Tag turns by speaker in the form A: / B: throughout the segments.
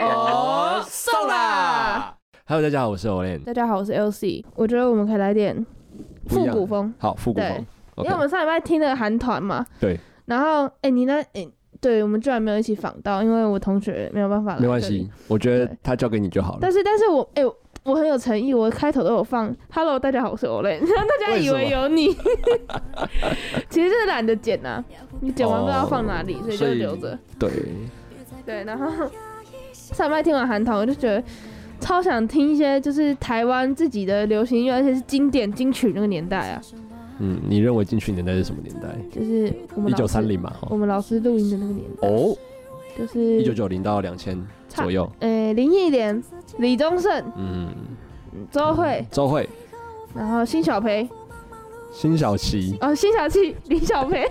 A: 哦
B: Hello，大家好，我是 Olen。
A: 大家好，我是 LC。我觉得我们可以来点
B: 不
A: 复
B: 一样
A: 古风，
B: 好，复古
A: 对
B: 风。
A: 因
B: OK，
A: 为我们上礼拜听了韩团嘛。
B: 对。
A: 然后，哎、你那，哎、对我们居然没有一起访到，因为我同学没有办法来。
B: 没关系。，我觉得
A: 对
B: 他交给你就好了
A: 但。是，但是我，哎、我很有诚意，我开头都有放 “Hello，大家好，我是 Olen”，然 后大家以
B: 为
A: 为
B: 什
A: 有你， 其实是懒得剪呐、你剪完不知道放哪里，所以就
B: 所以
A: 留着。
B: 对，
A: 对，然后 上麦听完韩团，我就觉得超想听一些就是台湾自己的流行音乐，而且是经典金曲那个年代啊，
B: 嗯，你认为进去年代是什么年代？
A: 就是我们
B: 一
A: 老
B: 九
A: 师
B: 三，零嘛，
A: 我
B: 哈。
A: 们老师录音的那个年代，
B: 哦，
A: 就是
B: 一九，九零到两千
A: 差
B: 左右。
A: 呃，林忆莲、李宗盛、
B: 嗯，
A: 周慧，
B: 周慧、
A: 然后辛晓培，
B: 辛晓琪、
A: 哦，辛晓 琪、李小培，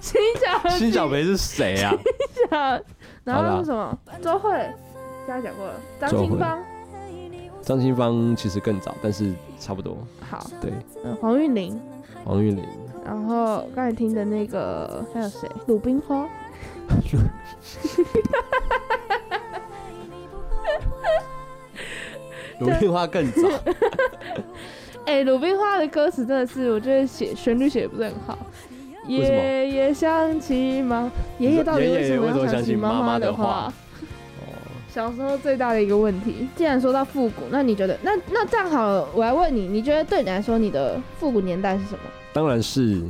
A: 辛晓琪
B: 辛晓，培是谁啊？
A: 然后那个什么周慧，刚才讲过了，张
B: 周
A: 清
B: 慧
A: 芳，
B: 张清芳其实更早，但是差不多。
A: 好，
B: 对，
A: 嗯，黄韵玲。
B: 黄韵玲。
A: 然后刚才听的那个还有谁？鲁冰花。
B: 鲁冰花更早，
A: 哎、鲁冰花的歌词真的是，我觉得写旋律写的不是很好。
B: 为什么
A: 爷爷想起妈，爷爷到底为什
B: 爷爷为什
A: 么
B: 么
A: 要想
B: 想起
A: 起
B: 妈
A: 妈
B: 妈
A: 妈
B: 的
A: 的
B: 话
A: 话？
B: 哦，
A: 小时候最大的一个问题。既然说到复古，那你觉得，那那这样好了，我来问你，你觉得对你来说，你的复古年代是什么？
B: 当然是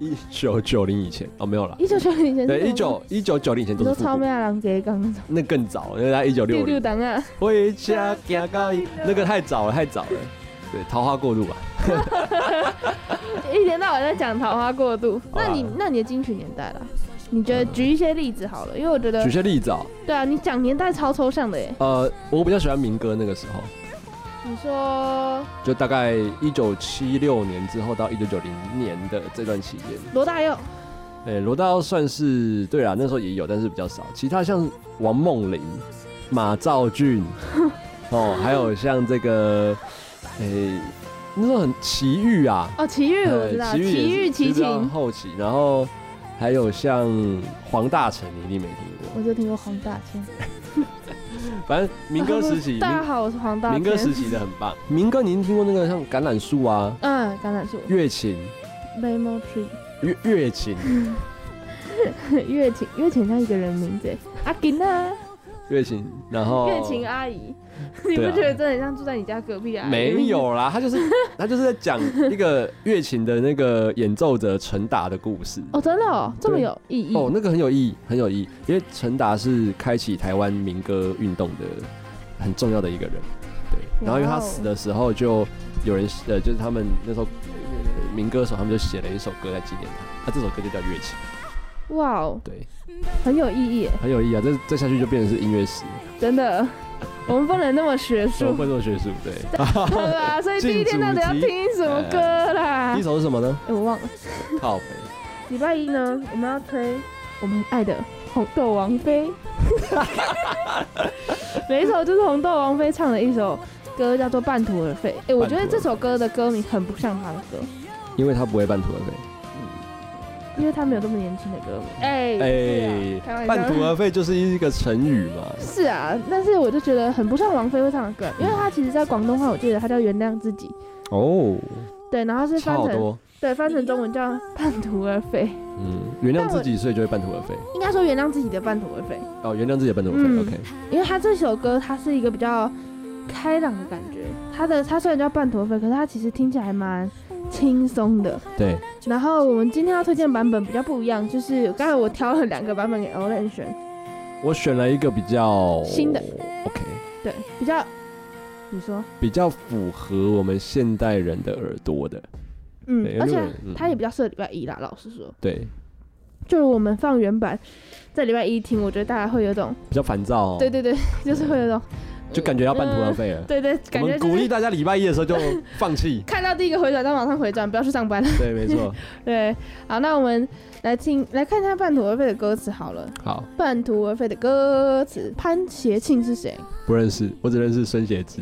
B: 一九九零以前哦，没有了。
A: 一九九零年代。
B: 对，一九一九九零以前
A: 你
B: 都
A: 说
B: 是复
A: 超
B: 古
A: 妹，啊，狼给刚那种
B: 那更早，那在一九
A: 六
B: 六
A: 六
B: 零。
A: 档啊，
B: 回家行到一，那个太早了，太早了。对，桃花过路啊吧。
A: 一天到晚在讲桃花过度。
B: 好啦
A: 那你那你的金曲年代啦，你觉得举一些例子好了，因为我觉得
B: 举些例子啊，
A: 对啊，你讲年代超抽象的耶。
B: 呃，我比较喜欢民歌那个时候，
A: 你说
B: 就大概一九七六年之后到一九九零年的这段期间，
A: 罗大佑，
B: 哎，罗大佑算是对啊啦，那时候也有，但是比较少。其他像王梦玲、马 兆俊，哦，还有像这个，哎、那时候很奇遇啊，
A: 哦，齐豫我知道，
B: 呃也是
A: 齐豫齐
B: 比较
A: 秦，
B: 后期，然后还有像黄大成，你一定没听过。
A: 我就听过黄大千。哦
B: 反正民歌时期，
A: 大家
B: 民
A: 好，我是黄大
B: 民歌时
A: 千。
B: 期的很棒。民歌您听过那个像橄榄树啊、
A: 嗯，橄榄树
B: 月琴、
A: ，Lemon Tree，
B: 月月 琴、
A: 月琴，月琴像一个人名字耶，阿金啊，
B: 月琴，然后
A: 月琴阿姨，你不
B: 哦对啊
A: 觉得真的很像住在你家隔壁啊？
B: 没，有啦，他就是他就是在讲一个月琴的那个演奏者陈达的故事。
A: 哦，真的哦，这么
B: 对
A: 有意义。
B: 哦，那个很有意义，很有意义，因为陈达是开启台湾民歌运动的很重要的一个人，对。然后因为他
A: 哇哦
B: 死的时候，就有人呃，就是他们那时候呃民歌手，他们就写了一首歌来纪念他，啊那、这首歌就叫《月琴》，
A: 哇哦，
B: 对，
A: 很有意义耶，
B: 很有意义啊。这这下去就变成是音乐史，
A: 真的。我们不能那么学
B: 我们
A: 术，
B: 会做学术，对。
A: 啊对吧？所以第一天到底要
B: 进主题
A: 听什么歌啦
B: 啊第一？首是什么呢？
A: 哎，我忘了。
B: 靠北，
A: 礼拜一呢，我们要推我们爱的《红豆王 妃》，每一首就是红豆王妃唱的一首歌，叫做《半途而废》。哎、我觉得这首歌的歌名很不像他的歌，
B: 因为他不会半途而废。
A: 因为他没有这么年轻的歌名。哎、
B: 哎、
A: 开玩笑
B: 半途而废就是一个成语嘛。
A: 是啊，但是我就觉得很不像王菲会唱的歌，因为她其实，在广东话我记得她叫《原谅自己》，
B: 哦，
A: 对，然后是
B: 差
A: 翻
B: 好
A: 成
B: 多。
A: 对翻成中文叫《半途而废》，
B: 嗯，原谅自己，所以就会半途而废。
A: 应该说原谅自己的半途而废。
B: 哦，原谅自己的半途而废。
A: 嗯
B: OK，
A: 因为他这首歌，它是一个比较开朗的感觉。他的他虽然叫半途而废，可是他其实听起来蛮轻松的。
B: 对，
A: 然后我们今天要推荐版本比较不一样，就是刚才我挑了两个版本给 Olen 选，
B: 我选了一个比较
A: 新的
B: ，OK，
A: 对，比较你说，
B: 比较符合我们现代人的耳朵的，
A: 嗯
B: 对，
A: 而
B: 因
A: 且
B: 为嗯
A: 他也比较适合礼拜一啦。老实说，
B: 对，
A: 就是我们放原版在礼拜一听，我觉得大家会有种，
B: 比较烦躁、哦，
A: 对，对对， 就是会有种，
B: 就感觉要半途而废了。
A: 对 对，感
B: 我
A: 觉
B: 们
A: 就
B: 鼓励
A: 是
B: 大家礼拜一的时候就 放弃，
A: 看到第一个回转，但马上回转，不要去上班。
B: 对，没错。
A: 对，好，那我们来听来看一下半途而废的歌词好了。
B: 好，
A: 半途而废的歌词，潘协庆是谁？
B: 不认识，我只认识孙协志。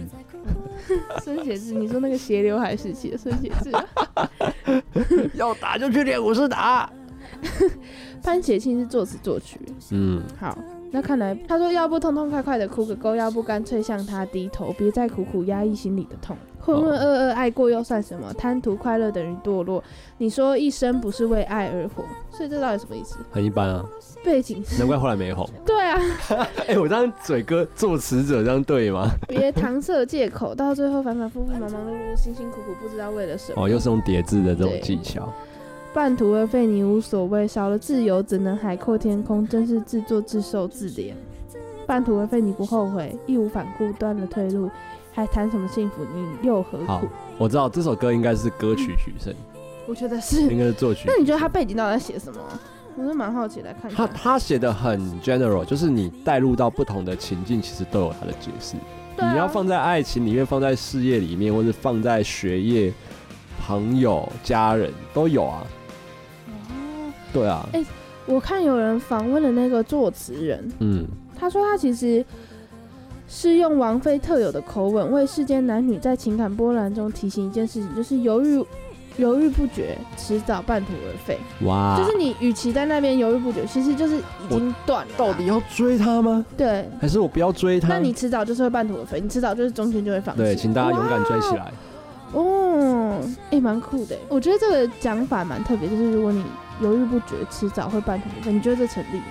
A: 孙协志，你说那个斜刘海时期的孙协志啊、
B: 要打就去练武士打。
A: 潘协庆是作词作曲。
B: 嗯，
A: 好，那看来他说，要不痛痛快快的哭个够，要不干脆向他低头，别再苦苦压抑心里的痛。浑浑噩噩爱过又算什么？贪图快乐等于堕落。你说一生不是为爱而活，所以这到底什么意思？
B: 很一般啊，
A: 背景是
B: 难怪后 来没红。
A: 对啊，
B: 哎、我这样嘴哥作词者这样对 吗？
A: 别搪塞借口，到最后反反复复、忙忙碌碌、辛辛苦苦，不知道为了什么。
B: 哦，又是用叠字的这种
A: 对
B: 技巧，
A: 半途而废，你无所谓，少了自由，只能海阔天空，真是自作自受自怜。半途而废，你不后悔，义无反顾，断了退路，还谈什么幸福？你又何
B: 好
A: 苦？
B: 我知道这首歌应该是歌曲取胜，
A: 我觉得是
B: 应。该是作曲。
A: 嗯那你觉得他背景到底在写什么？我是蛮好奇来看
B: 他
A: 看。
B: 他写的很 general，就是你带入到不同的情境，其实都有他的解释。
A: 对啊
B: 你要放在爱情里面，放在事业里面，或者放在学业、朋友、家人都有啊。
A: 哦
B: 对啊，
A: 哎我看有人访问了那个作词人，
B: 嗯，
A: 他说他其实是用王菲特有的口吻，为世间男女在情感波澜中提醒一件事情，就是犹豫犹豫不决，迟早半途而废。
B: 哇，
A: 就是你与其在那边犹豫不决，其实就是已经断了啦。
B: 到底嗯要追他吗？
A: 对？
B: 还是我不要追他？
A: 那你迟早就是会半途而废，你迟早就是中间就会放弃。
B: 对，请大家勇敢追起来。
A: 哦，哎、蛮酷的。我觉得这个讲法蛮特别，就是如果你犹豫不决，迟早会半途而废。你觉得这成立吗？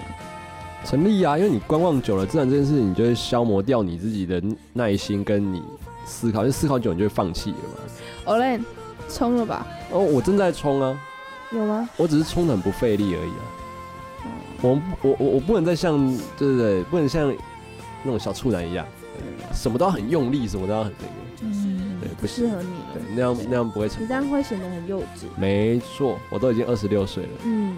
B: 成立啊，因为你观望久了，自然这件事情就会消磨掉你自己的耐心跟你思考，因为思考久你就会放弃了嘛。
A: o l e n 冲了吧？
B: 哦，我正在冲啊，
A: 有吗？
B: 我只是冲的很不费力而已啊。
A: 嗯
B: 我我我我不能再像对对对，不能像那种小处男一样，什么都要很用力，什么都要很那个，
A: 嗯
B: 对，不
A: 不适
B: 行，
A: 合你
B: 对
A: 了。，
B: 那样那样不会成
A: 你这。样会显得很幼稚。
B: 没错，我都已经二十六岁了，
A: 嗯。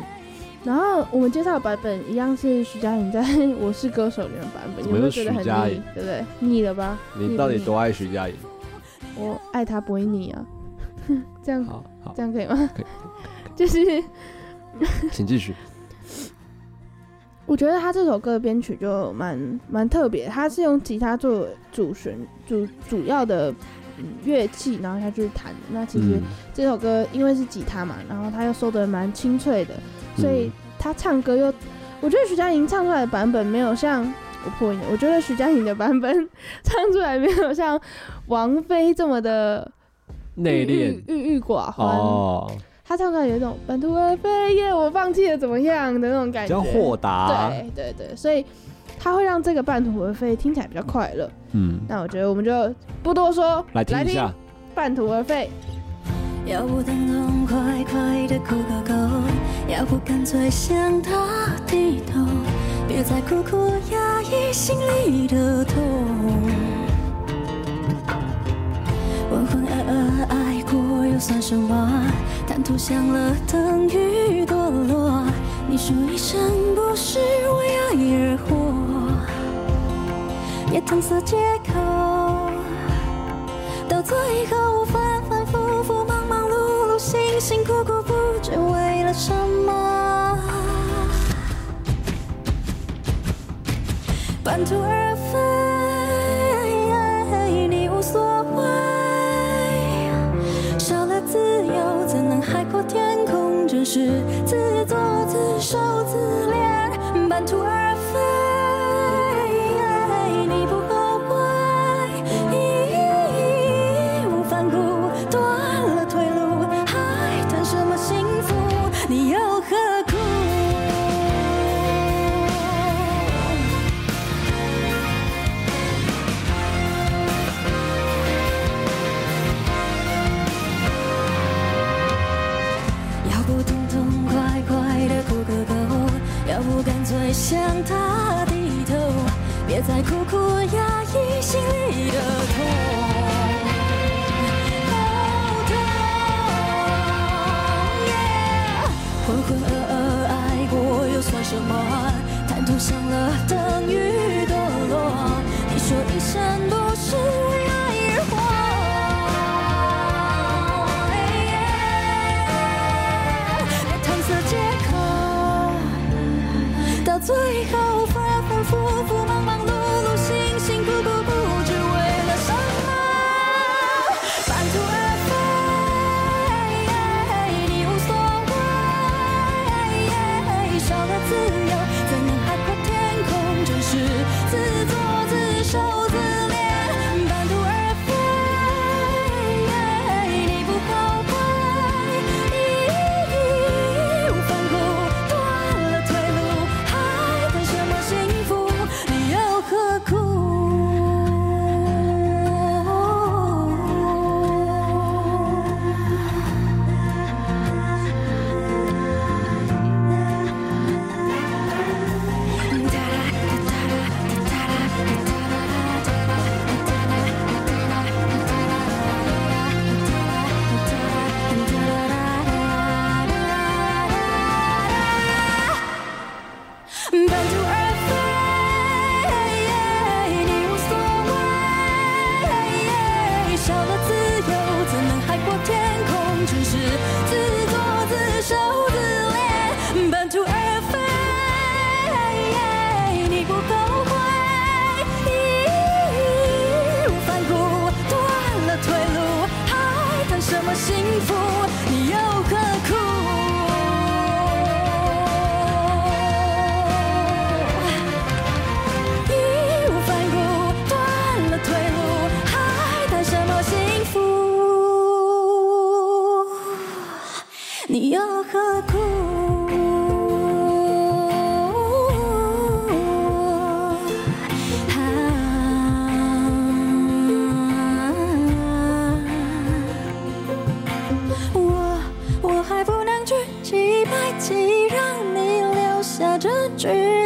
A: 然后我们介绍的版本一样是徐佳莹在《我是歌手》里面的版本，有
B: 怎么
A: 没有
B: 又
A: 觉得很
B: 徐佳
A: 腻
B: 莹？
A: 对不对？腻了吧？
B: 你到底多爱徐佳莹？
A: 我爱他不会腻啊， 这样
B: 好 好
A: 这，样可以吗
B: 可以？
A: 就是
B: 请继续。
A: 我觉得他这首歌的编曲就蛮蛮特别，他是用吉他做主旋主主要的嗯乐器，然后他去弹的。那其实
B: 嗯，
A: 这首歌因为是吉他嘛，然后他又收的蛮清脆的，
B: 嗯
A: 所以他唱歌又，我觉得徐佳莹唱出来的版本没有像我破音了，我觉得徐佳莹的版本唱出来没有像王菲这么的
B: 内
A: 郁
B: 敛
A: 郁郁郁寡欢。
B: 哦，
A: 他唱出来有一种半途而废耶，我放弃了怎么样的那种感
B: 比
A: 觉。
B: 较豁达。
A: 对对对，所以他会让这个半途而废听起来比较快乐。
B: 嗯，
A: 那我觉得我们就不多说，
B: 来听一下，
A: 半途而废》。
C: 要不痛痛快快的哭个够，要不干脆向他低头，别再苦苦压抑心里的痛。浑浑噩噩爱过又算什么？贪图享乐等于堕落。你说一生不是为爱而活，别搪塞借口。到最后反反复复、忙忙碌碌、辛辛苦苦，不知为了什么，半途而废，你无所谓，少了自由，怎能海阔天空？真是自作自受、自怜，半途而废。你不后悔，义无反顾，断了退路，还谈什么幸福？你又何苦？要不痛痛快快的哭个够，要不干脆向他低头，别再苦苦压抑心里的痛。哦痛，yeah 浑浑噩噩爱过又算什么？贪图享乐等于堕落。你说一生不是为爱而活。yeah 别搪塞借口，到最后反反复复、忙忙碌碌、辛辛苦苦，不知为了什么，半途而废，你无所谓，少了自由，怎能海阔天空？真半途而废，你不后悔，义无反顾，断了退路，还谈什么幸福？你又何苦？义无反顾，断了退路，还谈什么幸福？你又何苦？啊我我还不能举起白旗，让你留下证据。